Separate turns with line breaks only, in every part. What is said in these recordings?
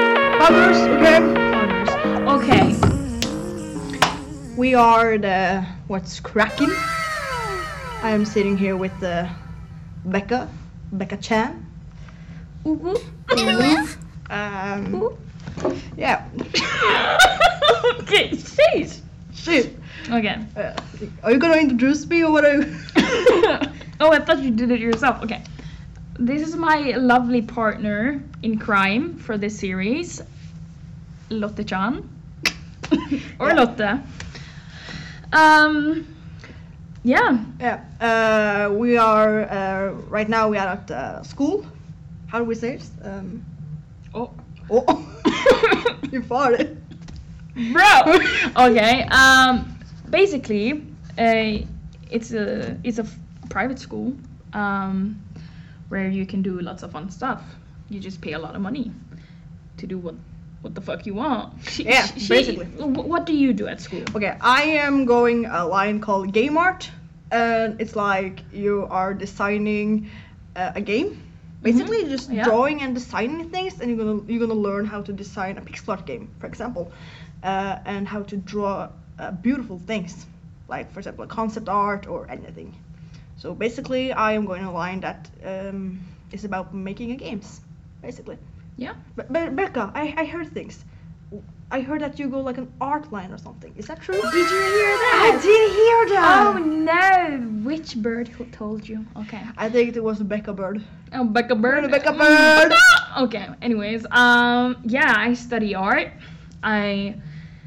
honors, okay?
Honors. Okay.
We are the what's cracking. I am sitting here with uh, Becca, Becca Chan. Um, yeah.
okay, jeez.
Shit.
Okay.
Uh, are you gonna introduce me or what? Are you?
oh, I thought you did it yourself. Okay. This is my lovely partner in crime for this series, Lotte Chan. or
Yeah.
Lotte. Um, yeah.
Yeah. Uh, we are uh, right now. We are at uh, school. How do we say it? Um,
Oh.
oh, you farted.
Bro. Okay. Um, basically, uh, it's a it's a f- private school um, where you can do lots of fun stuff. You just pay a lot of money to do what what the fuck you want.
Yeah, basically.
wh- what do you do at school?
Okay, I am going a line called Game Art, and it's like you are designing uh, a game. Basically, you're just
yeah.
drawing and designing things, and you're gonna you're gonna learn how to design a pixel art game, for example, uh, and how to draw uh, beautiful things, like for example, concept art or anything. So basically, I am going a line that um, is about making games, basically.
Yeah.
But, but Becca, I, I heard things. I heard that you go like an art line or something. Is that true? Did you hear that? I did hear
Oh
that.
no! Which bird who told you? Okay.
I think it was Becca Bird.
Oh, Becca Bird.
Becca
Mm,
Bird.
okay. Anyways, um, yeah, I study art. I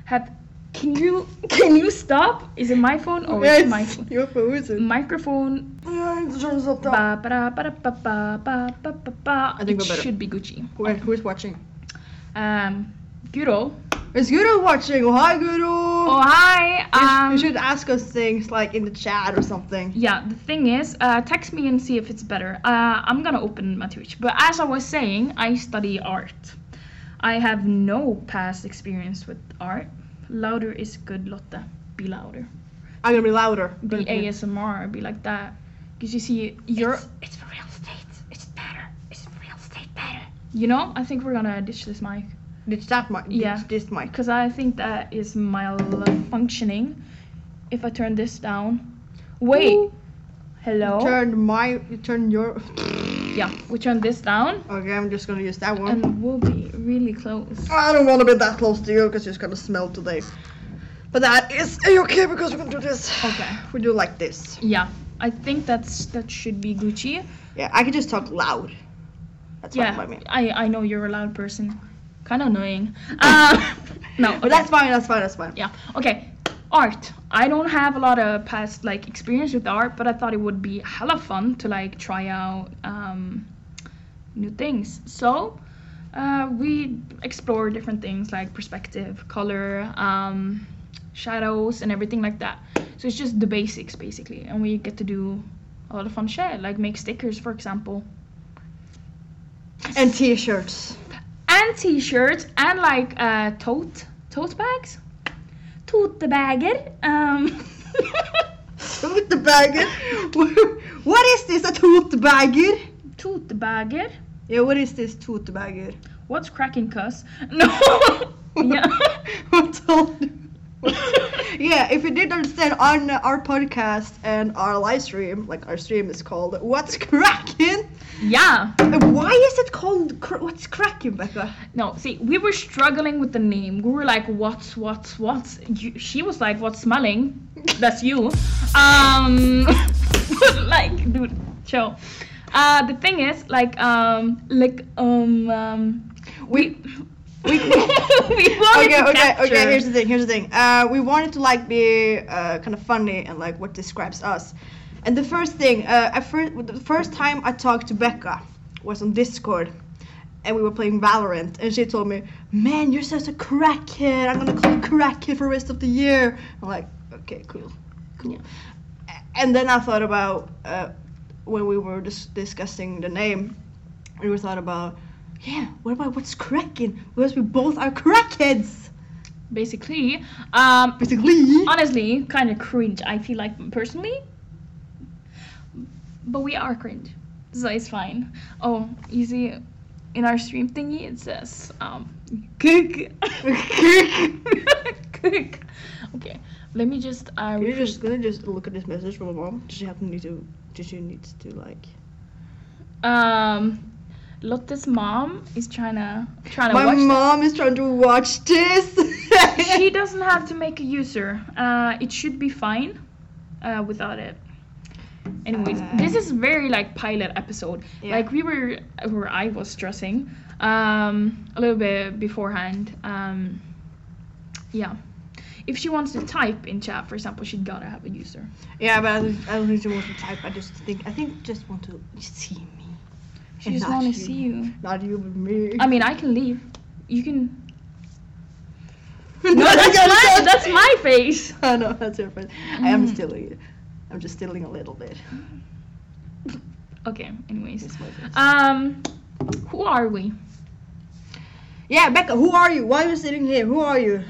have. Can you can you stop? Is it my phone or is it my
yes, you're frozen.
microphone?
Yeah, it turns up down.
Ba, ba, da, ba, da, ba, ba, ba, ba, ba, ba.
I think
it
we're better.
should be Gucci.
Wait, who's watching?
Um, Guro.
Is Guru watching? Oh, hi, Guru.
Oh hi.
You sh-
Um,
you should ask us things like in the chat or something.
Yeah, the thing is, uh, text me and see if it's better. Uh, I'm gonna open my Twitch. But as I was saying, I study art. I have no past experience with art. Louder is good, Lotta. Be louder.
I'm gonna be louder.
Be ASMR. Be like that. Because you see, you're. It's, it's for real estate. It's better. It's for real estate better. You know, I think we're gonna ditch this mic.
Ditch that mic. ditch
Yeah.
This mic.
Because I think that is malfunctioning. If I turn this down. Wait. Hello?
Turn my. You turn your.
Yeah, we turn this down
Okay, I'm just gonna use that one.
and we'll be really close.
I don't want to be that close to you because you're gonna smell today. But that is are you okay because we're gonna do this.
Okay.
We do like this.
Yeah, I think that's that should be Gucci.
Yeah, I can just talk loud. That's
Yeah,
fine by me.
I I know you're a loud person, kind of annoying. Uh, no,
But that's fine. That's fine. That's fine.
yeah. Okay, art. I don't have a lot of past like experience with art, but I thought it would be hella fun to like try out um, new things. So. Uh, we explore different things like perspective, color, um, shadows, and everything like that. So it's just the basics basically, and we get to do a lot of fun shit, like make stickers, for example,
And t-shirts.
and t-shirts and like uh, tote tote bags, totebager. Um,
With the bagger. what is this? A tote bagger?
totebager.
Yeah. What is this tote bagger?
What's cracking, cuss? No. yeah.
What told? Yeah, if you didn't understand, on our podcast and our live stream, like our stream is called "What's Cracking."
Yeah.
Why is it called cr- "What's Cracking," Becca?
No, see, we were struggling with the name. We were like, what's, what's, what's? You, she was like, what's smelling? That's you. Um, like, dude, chill. Uh, the thing is, like, um, like, um, um, we, we, we wanted
okay,
to
okay,
capture.
okay. Here's the thing. Here's the thing. Uh, we wanted to like be uh, kind of funny and like what describes us. And the first thing, uh, I first the first time I talked to Becca was on Discord, and we were playing Valorant, and she told me, "Man, you're such a crackhead. I'm gonna call you crackhead for the rest of the year." I'm like, "Okay, cool, cool." A- And then I thought about uh, when we were dis- discussing the name, we were thought about. Yeah, what about what's cracking? Because we both are crackheads.
Basically, um,
Basically.
honestly, kind of cringe, I feel like, personally. But we are cringe, so it's fine. Oh, you see, in our stream thingy it says um cook cook okay let me just uh,
Can you
refresh
just gonna just look at this message from my mom? Does she happen to need to? Does she need to like?
Um, Lotte's mom is trying to trying to
My
watch.
mom is trying to watch this.
this. She doesn't have to make a user. Uh, it should be fine uh, without it. Anyways,
Uh.
this is very like pilot episode.
Yeah.
Like we were, or I was stressing um, a little bit beforehand. Um, yeah, if she wants to type in chat, for example, she gotta have a user.
yeah, but I don't, I don't think she wants to type. I just think I think just want to see me,
She
And
just
not
wanna
you.
see you.
not you, but me.
I mean, I can leave. You can.
no,
No, that's my that's my face.
I know that's your friend. I am
Mm.
stealing it. I'm just stealing a little bit.
Okay, anyways.
It's my face.
Um who are we?
yeah, Becca, who are you? Why are you sitting here? Who are you?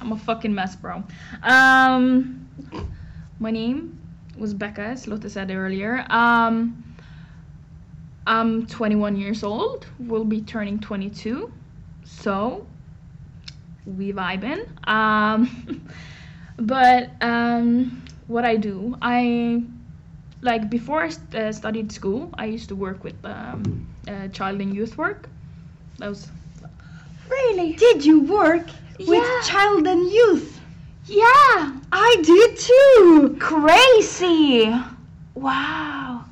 I'm a fucking mess, bro. Um my name was Becca, as Lotte said earlier. Um I'm 21 years old. We'll be turning 22. So we vibing. Um but um what I do, I like before I st- uh, studied school, I used to work with um, uh, child and youth work. That was
Really? Did you work
Yeah.
with child and youth?
yeah,
I did too.
crazy. Wow.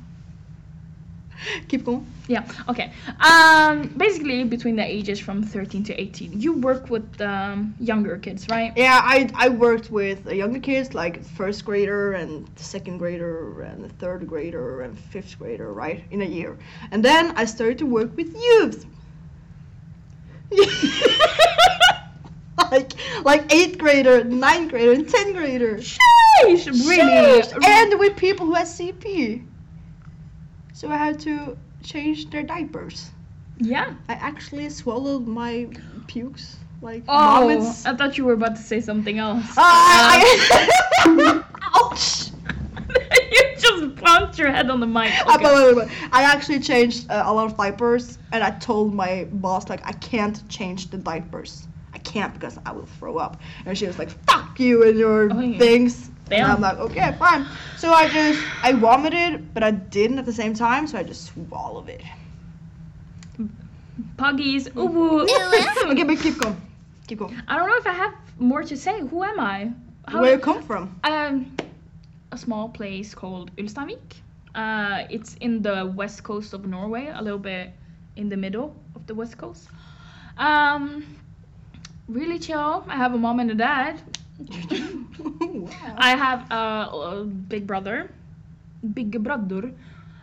Keep going.
Yeah. Okay. Um, basically, between the ages from 13 to 18, you work with um, younger kids, right?
Yeah, I I worked with uh, younger kids like first grader and second grader and third grader and fifth grader, right? In a year. And then I started to work with youth. like like eighth grader, ninth grader, and tenth grader.
Sheesh, really?
Sheesh. And with people who had CP. So I had to change their diapers.
yeah.
I actually swallowed my pukes. Like
Oh,
vomits.
I thought you were about to say something else.
Ah,
uh.
I-
Ouch! Uh, you just bumped your head on the mic.
Ah,
Okay.
but wait, wait, wait. I actually changed uh, a lot of diapers, and I told my boss like I can't change the diapers. I can't because I will throw up. And she was like, "Fuck you and your
Oh, yeah.
things." And
Damn.
I'm like, "Okay, fine." So I just I vomited, but I didn't at the same time, so I just swallowed it.
Puggies. Ooh, ooh, ooh.
okay, but keep going. Keep going.
I don't know if I have more to say. Who am I? How
Where you come from?
Um, a small place called Ulsteinvik. Uh, it's in the west coast of Norway, a little bit in the middle of the west coast. Um, really chill. I have a mom and a dad.
Wow.
I have a, a big brother, big brother,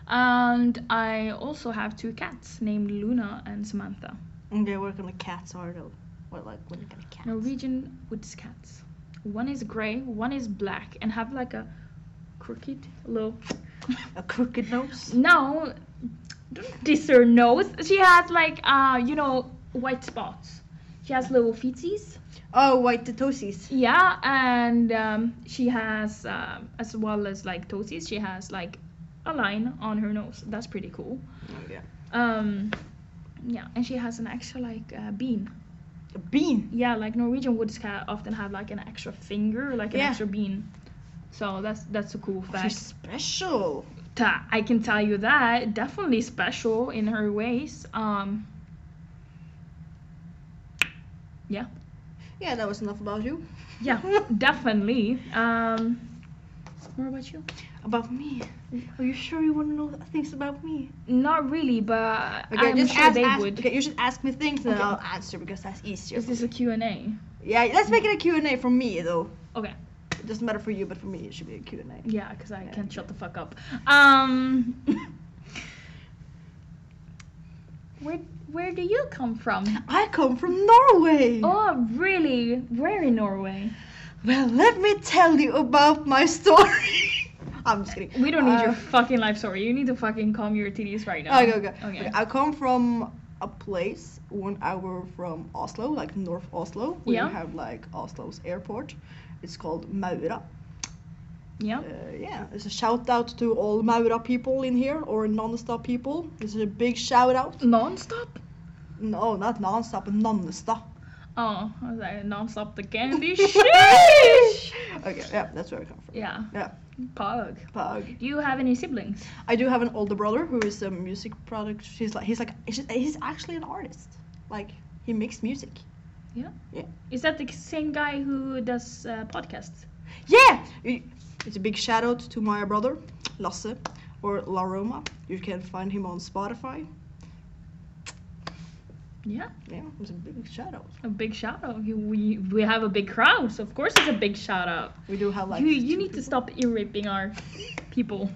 and I also have two cats named Luna and Samantha.
Okay, what kind of cats are though? What like what kind of cats?
Norwegian woods cats. One is gray, one is black, and have like a crooked little.
A crooked nose.
No, don't diss her nose. She has like uh, you know, white spots. She has little feeties.
Oh, white toesies.
Yeah, and um, she has um, as well as like toesies. She has like a line on her nose. That's pretty cool.
Oh, Yeah.
Um, yeah, and she has an extra like uh, bean.
A bean.
Yeah, like Norwegian woods cat often have like an extra finger, like an
Yeah.
extra bean. So that's that's a cool fact.
She's special.
Ta- I can tell you that definitely special in her ways. Um,
Yeah, that was enough about you.
yeah, definitely. Um, more about you?
About me. Are you sure you want to know things about me?
Not really, but
Okay,
I'm
just
sure
ask,
they
ask-
would.
Okay, you should ask me things and
Okay.
I'll answer because that's easier.
Is this a Q and A?
Yeah, let's make it a Q&A for me though.
Okay.
It doesn't matter for you, but for me it should be a Q&A.
Yeah, because I can't shut the fuck up. Um, where where do you come from?
I come from Norway.
Oh, really? Where in Norway?
Well, let me tell you about my story. I'm just kidding.
We don't need your
Uh, Oh,
fucking life story. You need to fucking calm your titties right now.
Okay, okay. Okay, I come from a place one hour from Oslo, like North Oslo, where
Yeah.
you have like Oslo's airport. It's called Maura.
Yeah.
Uh, yeah, it's a shout out to all Maura people in here or non-stop people. This is a big shout out.
Non-stop?
No, not non-stop, non-stop.
Oh, I was like, non-stop the candy. Sheesh!
Okay, yeah, that's where I come from.
Yeah.
Yeah.
Pog.
Pug.
Do you have any siblings?
I do have an older brother who is a music product. He's like he's like he's- he's actually an artist. Like he makes music.
Is that the same guy who does uh, podcasts?
Yeah. I- It's a big shout out to my brother Lasse or La Roma. You can find him on Spotify.
Yeah.
Yeah, it's a big shout out.
A big shout out. You- We we have a big crowd, so of course it's a big shout out.
We do have like.
you you need to stop ear raping our people.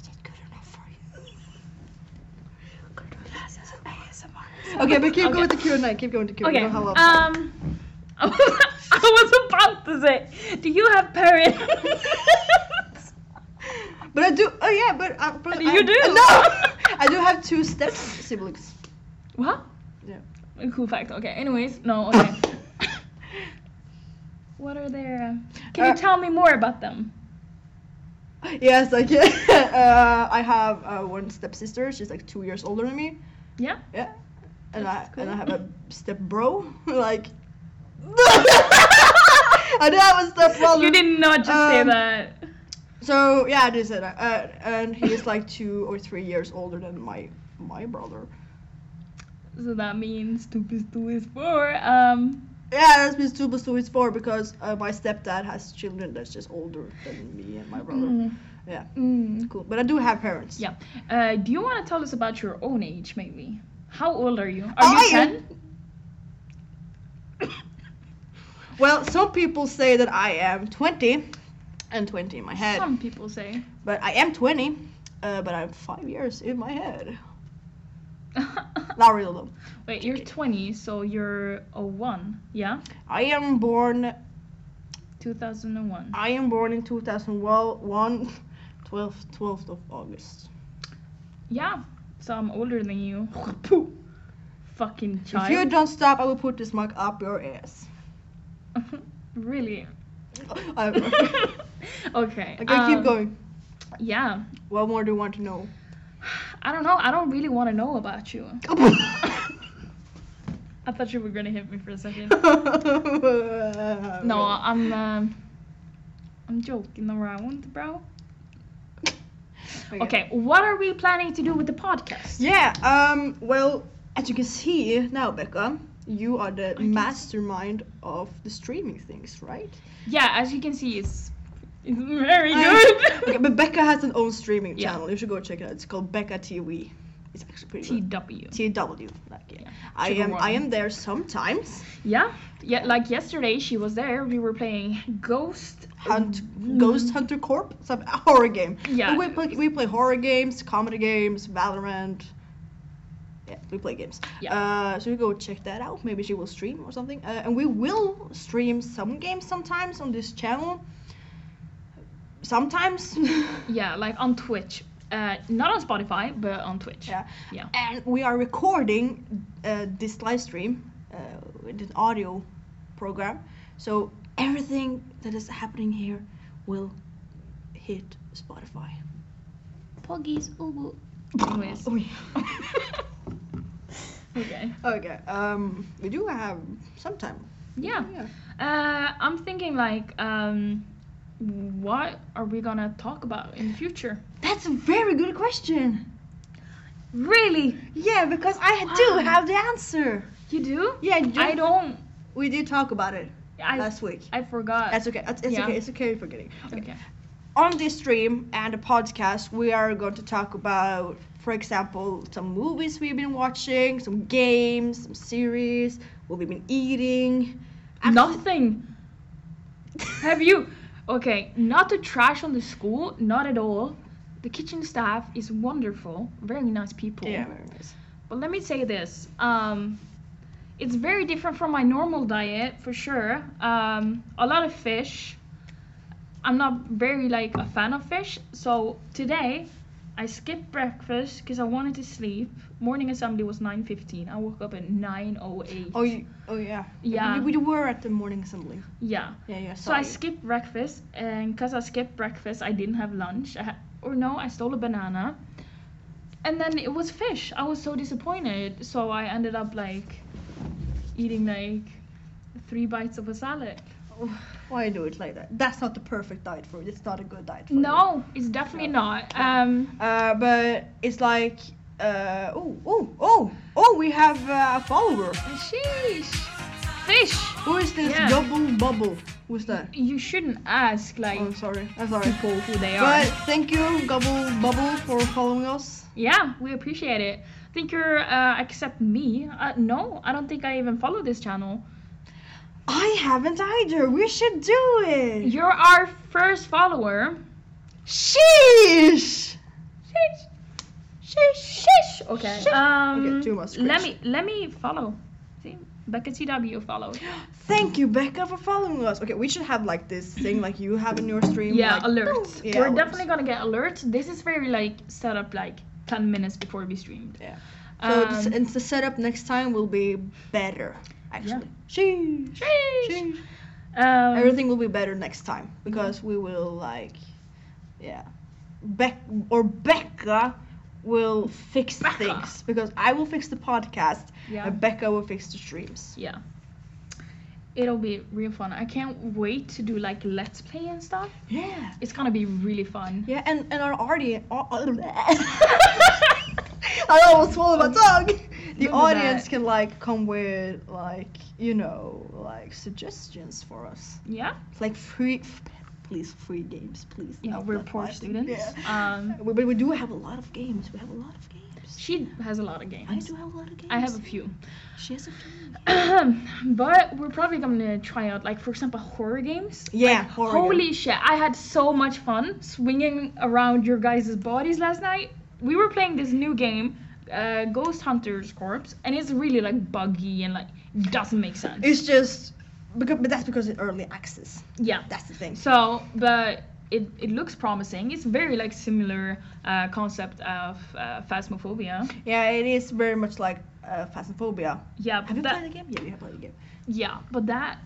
Is it good enough for you? Okay, but keep going to Q and A. Keep going to Q.
Okay.
We don't have a lot of time.
Um. I was about to say, do you have parents?
But I do. Oh yeah, but I, but
You
I- uh,
do.
No, I do have two step siblings.
what?
Yeah.
A Cool fact. Okay. Anyways, no. Okay. what are their? Can
Uh,
you tell me more about them?
Yes, I can. Uh, I have uh, one stepsister. She's like two years older than me.
Yeah.
Yeah. And I
That's
and I
cool.
have a step bro. like. I do have a step brother.
you did not just say
um,
that.
So yeah, I did say that. Uh, and he is like two or three years older than my my brother.
So that means two plus two is four. Um.
Yeah, that's means two plus two is four because uh, my stepdad has children that's just older than me and my brother.
mm,
Yeah.
mm.
Cool, but I do have parents.
Yeah. Uh, do you want to tell us about your own age, maybe? How old are you? Are
I
you ten?
Well, some people say that I am 20 and 20 in my head,
Some people say.
but I am 20, uh, but I'm five years in my head. Not real though.
Wait, you're 20, so you're a one, yeah?
I am born.
2001.
I am born in 2001, 12th, 12th of August.
Yeah, so I'm older than you. Fucking
If you
child.
don't stop, I will put this mic up your ass.
really?
I- okay,
okay. Okay,
keep going.
Yeah.
What more do you want to know?
I don't know. I don't really want to know about you. I thought you were going to hit me for a second. No, I'm um, I'm joking around, bro. Okay, what are we planning to do with the podcast?
Yeah, um, well, as you can see now, Becca, you are the
can
mastermind of the streaming things, right?
Yeah, as you can see, it's it's very
I-
good.
okay, but Becca has an own streaming
Yeah.
channel. You should go check it out. It's called Becca TV. It's actually pretty good.
TW.
TW. Like, yeah.
Yeah,
I
sugar
am I
water.
am there sometimes.
Yeah, yeah. Like yesterday, she was there. We were playing Ghost.
Hunt Ghost Oh, Hunter Corp, some horror game.
Mm. Yeah.
We play we play horror games, comedy games, Valorant. Yeah, we play games.
Yeah.
Uh, so you go check that out. Maybe she will stream or something. Uh, and we will stream some games sometimes on this channel. Sometimes.
Yeah, like on Twitch. Uh, not on Spotify, but on Twitch.
yeah.
Yeah.
And we are recording uh, this live stream uh, with an audio program. So everything that is happening here will hit Spotify.
Poggies, ubu. Anyways.
Oh, yeah.
okay.
Okay. Um, we do have some time.
Yeah. Uh, I'm thinking like, um, what are we gonna talk about in the future?
That's a very good question.
Really?
Yeah, because I
Wow.
do have the answer.
You do?
Yeah, you-
I don't.
we did talk about it
I
last week.
I forgot.
That's okay. It's, it's
yeah.
okay. It's okay forgetting. Okay.
okay.
On this stream and the podcast, we are going to talk about, for example, some movies we've been watching, some games, some series, what we've been eating.
Nothing. Have you? Okay, not to trash on the school, not at all. The kitchen staff is wonderful, very nice people.
Yeah. very nice.
But let me say this. Um, it's very different from my normal diet for sure. Um, a lot of fish. I'm not very like a fan of fish, so today I skipped breakfast because I wanted to sleep. Morning assembly was 9:15. I woke up at 9:08.
Oh, you, oh yeah.
Yeah.
We, we were at the morning assembly.
yeah.
Yeah, yeah.
So I
sorry.
skipped breakfast, and because I skipped breakfast, I didn't have lunch. I ha- or no, I stole a banana. and then it was fish. I was so disappointed. So I ended up like eating like three bites of a salad.
Why do it like that? That's not the perfect diet for you. It's not a good diet for you.
No, it's definitely not. Um,
Uh, but it's like, uh, oh, oh, oh, oh, we have uh, a follower.
sheesh, fish.
Who is this
Yeah.
double bubble? Who's that?
You shouldn't ask like
Oh, sorry. I'm sorry.
people who they are.
But thank you, Gobble Bubble, for following us.
Yeah, we appreciate it. I think you're uh, accept me. Uh, no, I don't think I even follow this channel.
I haven't either. We should do it.
You're our first follower.
Sheesh.
Sheesh. Sheesh. Sheesh. Okay.
Sheesh.
Um,
Okay, two more scripts.
let me let me follow. See, Becca CW follow.
Thank you, Becca, for following us. Okay, we should have like this thing like you have in your stream.
Yeah,
like, oh,
alerts.
boom. Yeah,
We're
alerts.
definitely gonna get alerts. This is very like set up like ten minutes before we streamed.
Yeah. So
Um,
this, and the setup next time will be better, actually. Sheesh.
sheesh.
Sheesh.
Um,
Everything will be better next time because we will like, yeah, Beck or Becca will fix
Becca.
things because I will fix the podcast
Yeah.
and Becca will fix the streams.
Yeah. It'll be real fun. I can't wait to do like let's play and stuff.
Yeah.
It's gonna be really fun.
Yeah, and and our audience. I almost swallowed my tongue. The
Remember
audience
that.
can like come with like you know like suggestions for us,
Yeah.
like free, f- please free games, please.
Yeah,
not
we're
that
poor
much.
students.
Yeah.
Um,
We- but we do have a lot of games. We have a lot of games.
She has a lot of games.
I do have a lot of games.
I have a few.
She has a few.
but we're probably gonna try out, like, for example, horror games.
Yeah, horror game.
Holy shit, I had so much fun swinging around your guys' bodies last night. We were playing this new game, uh, Ghost Hunter's Corpse, and it's really, like, buggy and, like, doesn't make sense.
It's just because, but that's because it's early access.
yeah.
That's the thing.
So, but it, it looks promising. It's very, like, similar uh, concept of uh, Phasmophobia.
Yeah, it is very much like uh, Phasmophobia.
Yeah, but
Have you
that,
played the game? Yeah, you have played the game.
Yeah, but that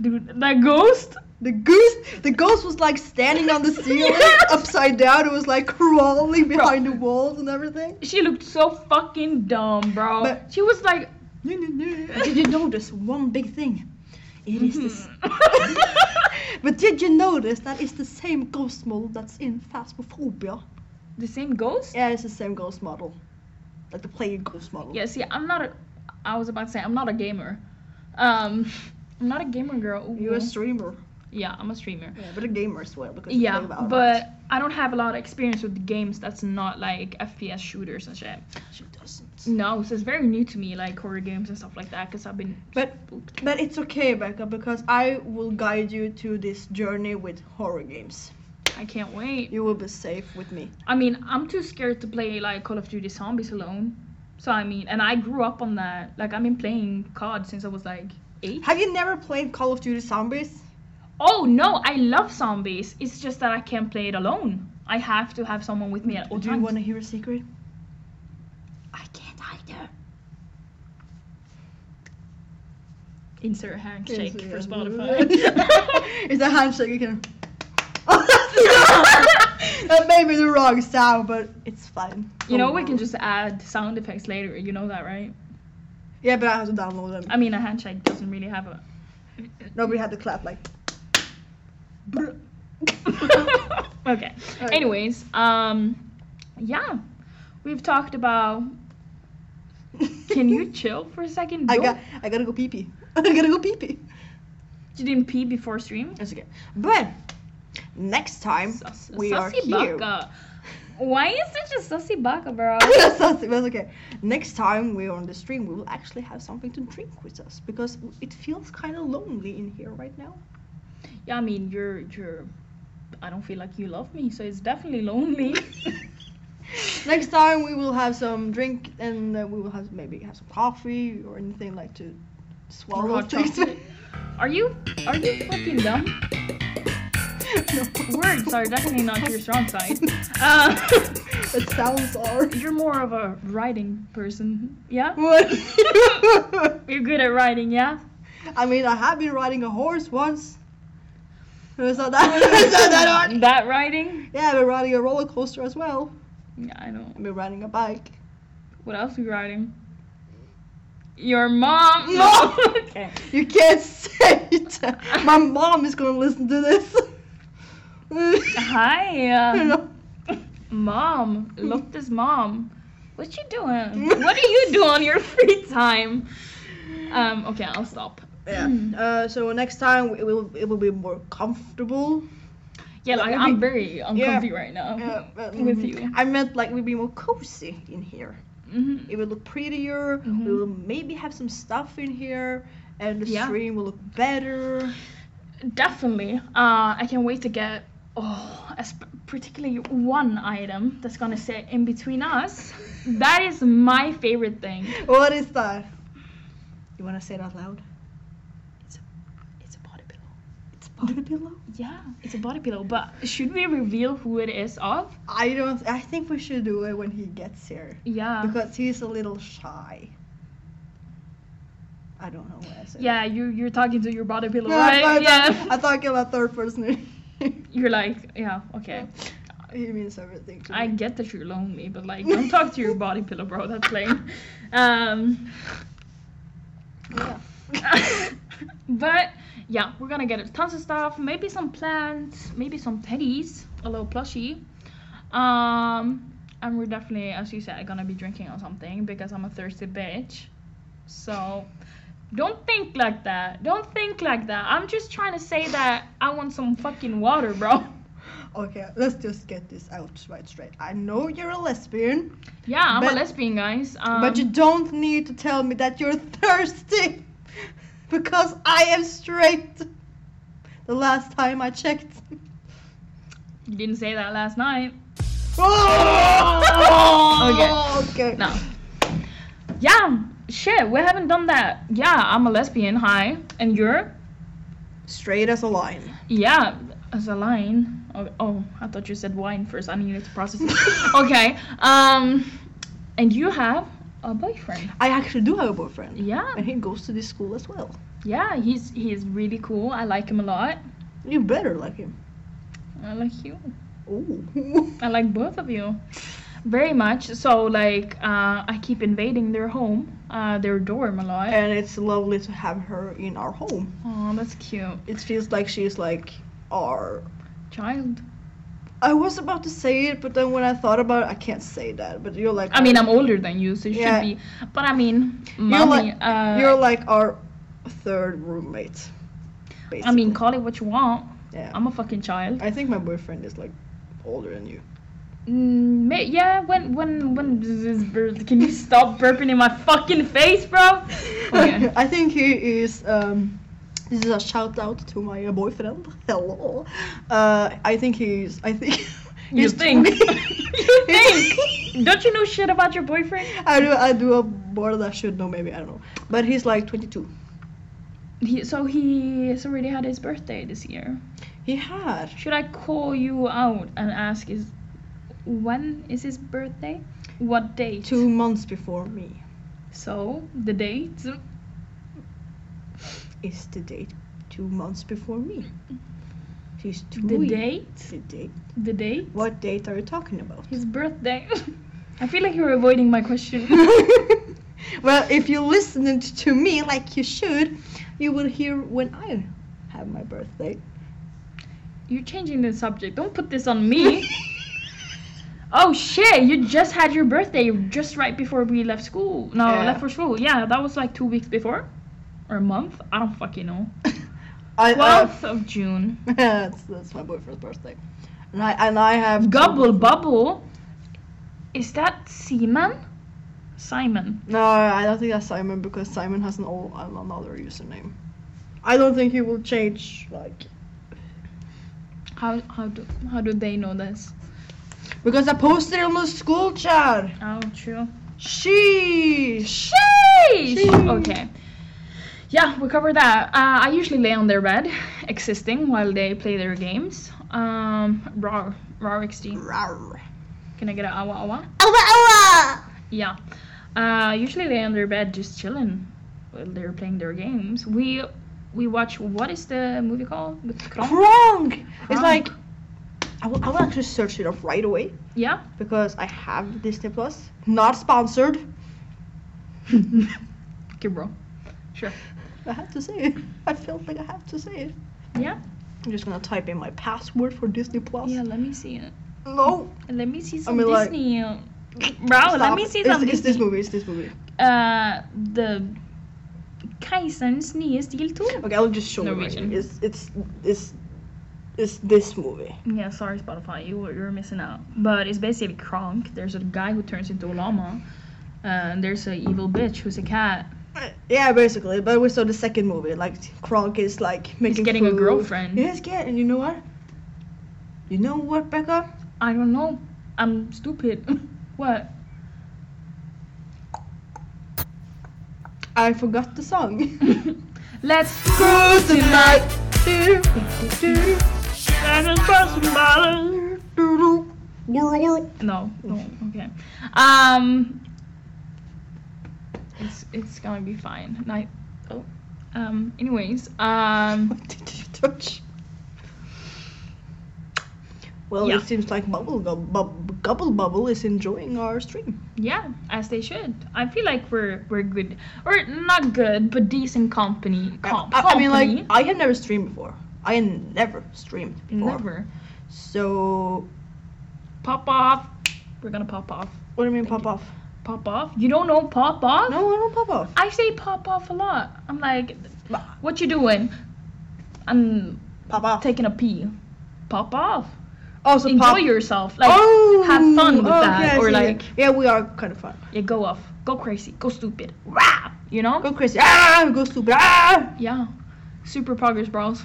dude, that ghost.
The goose, the ghost was like standing on the ceiling
Yes!
upside down. It was like crawling behind the walls and everything.
She looked so fucking dumb, bro.
But-
she was like,
Did you notice one big thing? It is this.
hmm.
But did you notice that it's the same ghost model that's in Phasmophobia?
the same ghost.
Yeah, it's the same ghost model, like the plague ghost model.
Yeah, see, I'm not. A, I was about to say I'm not a gamer. Um, I'm not a gamer girl. Ooh.
You're a streamer,
Yeah, I'm a streamer.
yeah, but a gamer as well because you
Yeah,
play Valorant.
but I don't have a lot of experience with games that's not like FPS shooters and shit.
she doesn't.
No, so it's very new to me, like horror games and stuff like that, because I've been.
But but it's okay, Becca, because I will guide you to this journey with horror games.
I can't wait.
You will be safe with me.
I mean, I'm too scared to play like Call of Duty Zombies alone. So I mean, and I grew up on that. Like I've been playing COD since I was like eight.
Have you never played Call of Duty Zombies?
Oh no, I love zombies. It's just that I can't play it alone. I have to have someone with me at all
Do you
times.
want to hear a secret? I can't either.
Insert handshake
Yes,
for
yes.
Spotify.
It's a handshake. You can. Oh, that's- that may be the wrong sound, but it's fine.
you know, we can just add sound effects later. You know that, right?
Yeah, but I have to download them.
I mean, a handshake doesn't really have a.
Nobody had to clap like.
okay.
Alright.
Anyways, um, yeah, we've talked about. Can you chill for a second?
I
Don't-
got. I gotta go pee pee. I gotta go pee pee.
You didn't pee before stream.
That's okay. But next time
Sus-
we are
sussy
here.
baka. Why is such a sussy baka, bro?
Sussy, that's okay. Next time we're on the stream, we will actually have something to drink with us because it feels kind of lonely in here right now.
yeah, I mean, you're you're. I don't feel like you love me, so it's definitely lonely.
Next time we will have some drink and uh, we will have maybe have some coffee or anything like to
Or
swallow
hot
things.
chocolate. Are you are you fucking dumb?
No.
Words are definitely not your strong side. Uh,
It sounds hard.
you're more of a writing person, yeah?
What?
You're good at writing, yeah?
I mean, I have been riding a horse once. It's not that. It's not that hard.
That writing?
Yeah, I've been riding a roller coaster as well.
Yeah, I know.
I've been riding a bike.
What else are you riding? Your mom.
No.
okay.
You can't say it. My mom is gonna listen to this.
Uh-huh. Hi.
You
Uh,
know?
mom. Lotte's mom. What you doing? what do you do on your free time? Um. Okay, I'll stop.
Yeah. Uh, so next time it will it will be more comfortable.
Yeah, like I'm very uncomfy right now
Uh, but-
with
mhm.
you.
I meant like we'll be more cozy in here.
Mhm.
It will look prettier. We
Mhm.
will maybe have some stuff in here, and the
Yeah.
stream will look better.
Definitely. Uh, I can't wait to get oh, as particularly one item that's gonna sit in between us. That is my favorite thing.
What is that? You wanna say it out loud? It's a it's a body pillow. It's a body pillow.
Yeah, it's a body pillow. But should we reveal who it is of?
I don't. I think we should do it when he gets here
Yeah.
because he's a little shy. I don't know what I said.
yeah, you you're talking to your body pillow,
Yeah,
right?
I,
yeah.
I talk about third person.
You're like, yeah, okay.
he means everything to
I
me.
get that you're lonely, but like, don't talk to your body pillow, bro. That's lame. Um,
Yeah.
but yeah, we're gonna get tons of stuff. Maybe some plants, maybe some teddies, a little plushie. Um, and we're definitely, as you said, gonna be drinking or something because I'm a thirsty bitch. So don't think like that. Don't think like that. I'm just trying to say that I want some fucking water, bro.
Okay, let's just get this out right straight. I know you're a lesbian,
Yeah, I'm
But-
a lesbian, guys. Um,
but you don't need to tell me that you're thirsty because I am straight. The last time I checked.
you didn't say that last night.
Oh! okay.
No. Yeah, shit, we haven't done that. Yeah, I'm a lesbian. Hi, and you're.
Straight as a line.
Yeah, as a line. Oh, oh, I thought you said wine first. I needed to process it. okay. Um, and you have a boyfriend.
I actually do have a boyfriend.
Yeah,
And he goes to this school as well.
yeah. He's he's really cool. I like him a lot.
You better like him.
I like you.
Ooh.
I like both of you very much. So like, uh, I keep invading their home, uh, their dorm a lot.
and it's lovely to have her in our home.
Oh, that's cute.
It feels like she's like our.
Child.
I was about to say it, but then when I thought about it, I can't say that. But you're like.
I mean, I'm older than you, so you
Yeah.
should be. But I mean,
You're
mommy.
like-
uh,
you're like our third roommate. Basically.
I mean, call it what you want.
yeah.
I'm a fucking child.
I think my boyfriend is like older than you.
Mm, ma- yeah, when when when does this bird? Can you stop burping in my fucking face, bro? Okay.
I think he is. Um, this is a shout out to my uh, boyfriend. Hello. Uh, I think he's. I think.
You
he's
think? you
He's-
think? Don't you know shit about your boyfriend?
I do. I do a board that I should know. Maybe I don't know. But he's like 22.
He, so he's already had his birthday this year.
He had.
Should I call you out and ask is when is his birthday? What date?
two months before me
So the date.
is the date two months before me she's two
The
ye-
date.
the date
The date.
what date are you talking about
His birthday. I feel like you're avoiding my question.
well if you listened to me like you should you will hear when i have my birthday
You're changing the subject. Don't put this on me. Oh shit, you just had your birthday just right before we left school. No,
Yeah.
left for school. Yeah, that was like two weeks before. Or a month? I don't fucking know.
I, uh,
12th of June.
that's, that's my boyfriend's birthday and i and i have two-
Gubble Bubble? Is that Seaman? Simon.
no i don't think that's simon because simon has an old another username i don't think he will change like
How how do how do they know this?
because i posted it on the school chat
Oh true.
Sheesh.
Sheesh.
Sheesh.
Okay. Yeah, we covered that. Uh, I usually lay on their bed, existing while they play their games. Um, raw, raw XD.
Rawr.
Can I get a awa awa?
Awa awa.
Yeah. Uh, usually lay on their bed just chilling while they're playing their games. We we watch what is the movie called with Kron?
Krong. It's
Krong.
like I will, I will actually search it up right away
Yeah.
because I have Disney Plus. Not sponsored.
Okay, bro. Sure.
I have to say it. I felt like I have to say it.
Yeah.
I'm just gonna type in my password for Disney Plus.
Yeah. Let me see it.
No.
Let me see some
mean, like-
Disney. uh, Bro, let
Stop.
me see
it's,
some
It's this
Disney.
movie. It's this movie.
Uh, the Kaisen's Knees Deal 2.
Okay, I'll just show you. Right
Norwegian.
here. It's it's it's it's this movie.
Yeah, sorry Spotify, you were, you were missing out. But it's basically Kronk. There's a guy who turns into a llama, and there's a evil bitch who's a cat.
Uh, Yeah, basically. But we saw the second movie. Like Kronk is like making.
getting a
food.
girlfriend.
Yes, get and you know what? You know what, Becca?
I don't know. I'm stupid. what?
I forgot the song.
Let's
Cruise tonight.
no, no, okay. Um, it's it's gonna be fine. And I, oh, um. Anyways, um,
What did you touch? Well,
Yeah.
it seems like Bubble Gub- Bub- Gubble Bubble is enjoying our stream.
yeah, as they should. I feel like we're we're good, or not good, but decent company. Comp-
I, I- I mean, like
company.
I have never streamed before. I had never streamed before.
never
So
pop off. We're gonna pop off.
what do you mean
Thank
pop off?
Pop off. You don't know pop off?
No, I don't pop off.
I say pop off a lot. I'm like, what you doing? I'm
Pop off.
taking a pee. Pop off.
oh, so
Enjoy
pop.
yourself. Like,
oh,
have fun with
oh,
that,
okay, I
or
see.
like-
yeah, we are kind of fun.
yeah, go off. Go crazy. Go stupid. Rah! You know?
Go crazy. Ah, go stupid. Ah.
Yeah. Super progress, bros.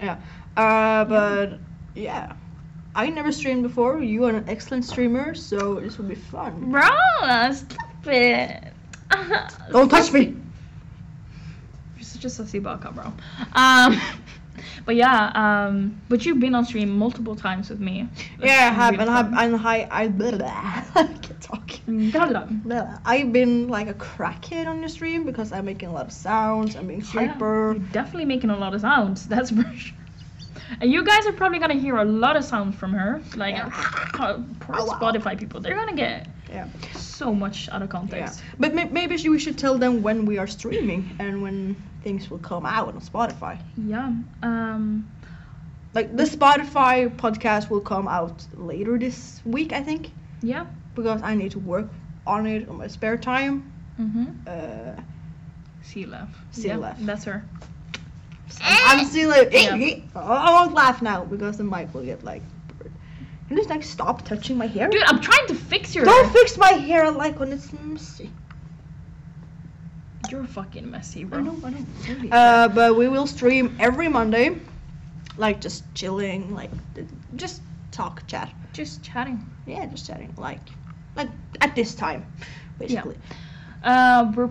Uh, but yeah, I never streamed before. You are an excellent streamer, so this will be fun.
Bro, stupid.
Don't touch me.
You're such a sussy baka, bro. Um, but yeah, um, but you've been on stream multiple times with me.
Yeah, I have,
Really
and I have,
fun.
and I, I, blah, blah, I can't talk.
Blah, blah.
Blah. I've been like a crackhead on the stream because I'm making a lot of sounds. I'm being
Yeah,
hyper.
you're definitely making a lot of sounds, that's for sure. And you guys are probably gonna hear a lot of sounds from her. Like,
Yeah.
poor
Ow, ow.
Spotify people, they're gonna get
Yeah.
so much out of
Yeah.
context.
But may- maybe sh- we should tell them when we are streaming and when things will come out on Spotify.
Yeah. Um.
Like the Spotify podcast will come out later this week, I think,
Yeah.
because I need to work on it on my spare time.
Mhm.
Uh,
Sea left.
Sea
yeah,
Left.
That's her.
I'm still like,
Ah! Yeah.
I won't laugh now because the mic will get like. burnt. Can you just like stop touching my hair?
Dude, I'm trying to fix your.
Don't fix my hair like when it's messy.
You're fucking messy, bro.
I know, I know.
Holy
Uh, but we will stream every Monday, like just chilling, like th- just talk, chat.
shit. Just chatting.
Yeah, just chatting, like, like at this time, basically.
Uh, we're,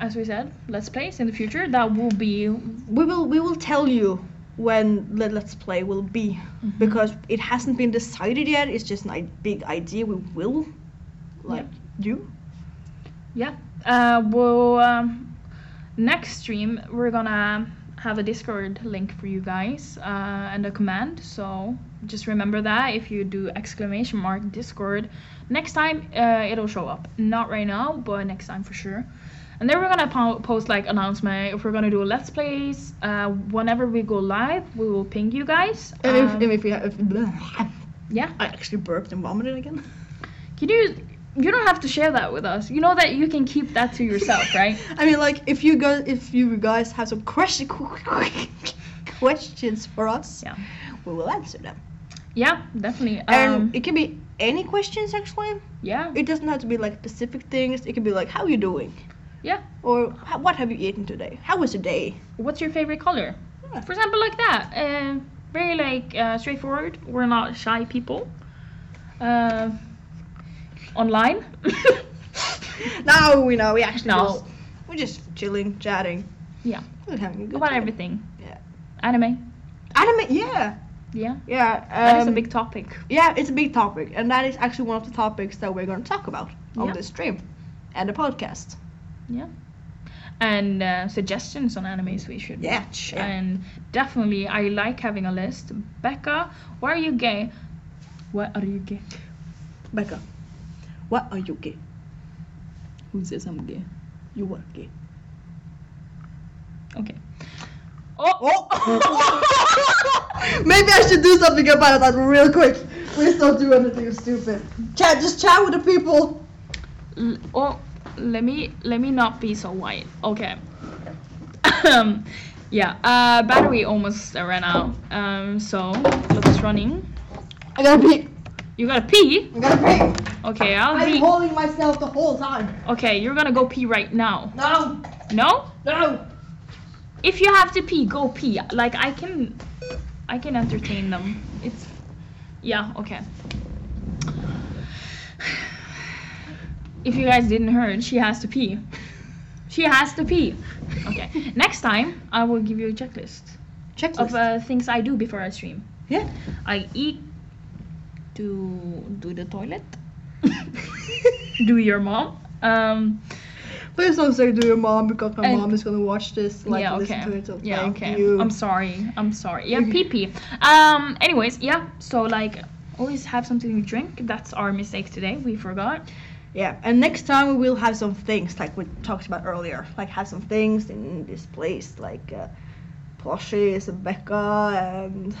as we said, let's plays in the future. That will be.
We will we will tell you when the Let's Play will be because it hasn't been decided yet. It's just an I- big idea we will, like, do.
Yeah. Uh, we'll um, next stream we're gonna have a Discord link for you guys uh, and a command. So just remember that if you do exclamation mark Discord, next time uh, it'll show up. Not right now, but next time for sure. And then we're gonna po- post like announcement if we're gonna do a let's plays. Uh, whenever we go live, we will ping you guys.
And if,
Um,
and if we have, if, bleh,
yeah.
I actually burped and vomited again.
Can you? You don't have to share that with us. You know that you can keep that to yourself, right?
I mean, like, if you guys, if you guys have some question, questions for us,
Yeah.
we will answer them.
Yeah, definitely.
And
Um,
it can be any questions actually.
yeah,
It doesn't have to be like specific things. It can be like, how you doing?
Yeah.
Or "How- what have you eaten today? How was your day?
what's your favorite color?
Yeah.
For example, like that. Uh, very like uh, straightforward. We're not shy people. Uh, online.
No, we know. We actually
No.
just we're just chilling, chatting.
Yeah.
We're having a good
About
time.
everything.
Yeah.
Anime.
Anime, yeah,
Yeah.
yeah.
That is a
um,
big topic.
Yeah, it's a big topic, and that is actually one of the topics that we're going to talk about on
Yeah.
this stream and the podcast.
And uh, suggestions on animes we should
Yeah,
And definitely, I like having a list. Becca, why are you gay? What are you gay?
Becca, what are you gay?
Who says I'm gay?
You are gay.
Okay. Oh,
Maybe I should do something about that real quick. Please don't do anything stupid. Chat, just chat with the people.
L- oh let me let me not be so white okay yeah uh battery almost ran out um so let's running
I gotta pee.
you gotta pee
I gotta pee.
okay i'll
I'm
pee
holding myself the whole time.
okay you're gonna go pee right now
No,
no
no.
if you have to pee go pee like i can i can entertain them it's yeah okay if you guys didn't hear she has to pee she has to pee okay next time i will give you a checklist
Checklist.
of uh, things i do before i stream
yeah.
i eat to do the toilet do your mom um
Please don't say to your mom because my
And-
mom is gonna watch this. Like,
yeah,
listen
okay.
to it. So
yeah,
thank
okay.
you.
I'm sorry. I'm sorry. Yeah,
Okay.
pee pee. Um. Anyways, yeah. So like, always have something to drink. That's our mistake today. We forgot.
Yeah, and next time we will have some things like we talked about earlier. Like have some things in this place, like uh, plushies and Becca and.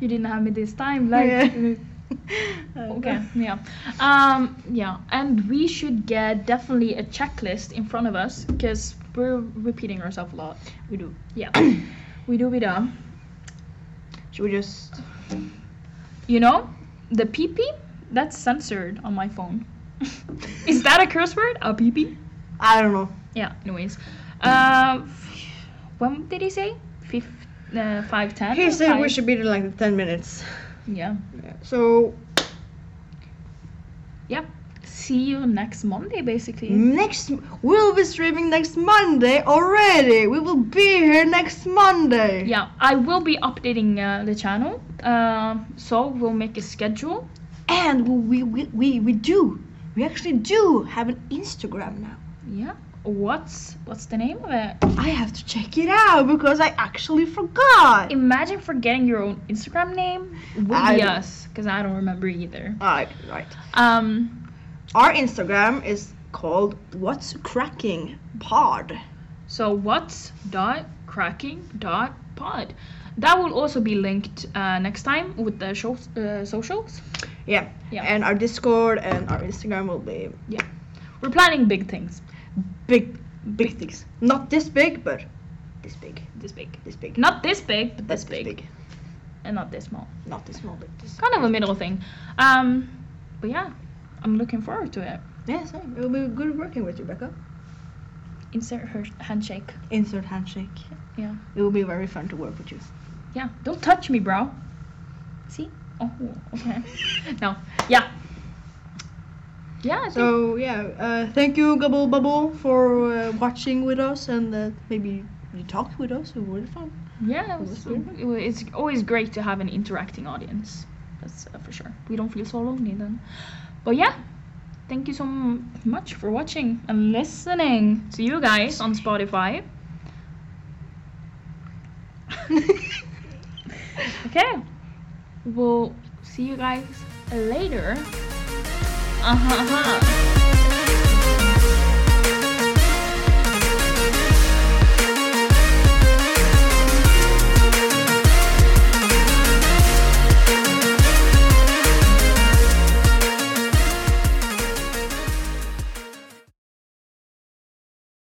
You didn't have me this time. Like.
Yeah. uh,
Okay. Yeah. Um. Yeah. And we should get definitely a checklist in front of us because we're repeating ourselves a lot.
We do.
Yeah. we do. We do.
Should we just?
You know, the pee pee. That's censored on my phone. Is that a curse word? A pee pee.
I don't know.
Yeah. Anyways, uh, f- when did he say? Fif- uh, five ten.
He said we
Five-
should be there like in ten minutes.
Yeah.
So
Yeah. See you next Monday,
Mm.
basically.
next we'll be streaming next Monday already. We will be here next Monday.
Yeah, I will be updating uh, the channel. Um, so we'll make a schedule.
And we we, we we do. We actually do have an Instagram now.
Yeah. What's what's the name of it?
I have to check it out because I actually forgot.
Imagine forgetting your own Instagram name. Would
I-
be us, because I don't remember either.
Alright, right.
Um.
Our Instagram is called What's Cracking Pod.
So what's dot cracking dot pod? That will also be linked uh, next time with the show, uh, socials.
Yeah.
Yeah.
And our Discord and our Instagram will be
We're planning big things.
big, big things. Not this big, but this big,
This big.
this big.
Not this big, but
but
this big. And not this small.
Not this small, but this.
Kind of a middle thing. Um, but yeah, I'm looking forward to it.
Yeah, same. It will be good working with you, Becca.
Insert her handshake.
Insert handshake.
Yeah.
It will be very fun to work with you.
Yeah. Don't touch me, bro. See? Oh, okay. no. Yeah. Yeah. I think-
So yeah, uh, thank you, Gubble Bubble, for uh, watching with us and uh, maybe you talked with us. It was really fun.
yeah. It
it
was,
was good.
it wa- it's always great to have an interacting audience. That's uh, for sure. We don't feel so lonely then. But yeah. Thank you so m- much for watching and listening to you guys on Spotify. Okay. We'll see you guys later. Uh huh.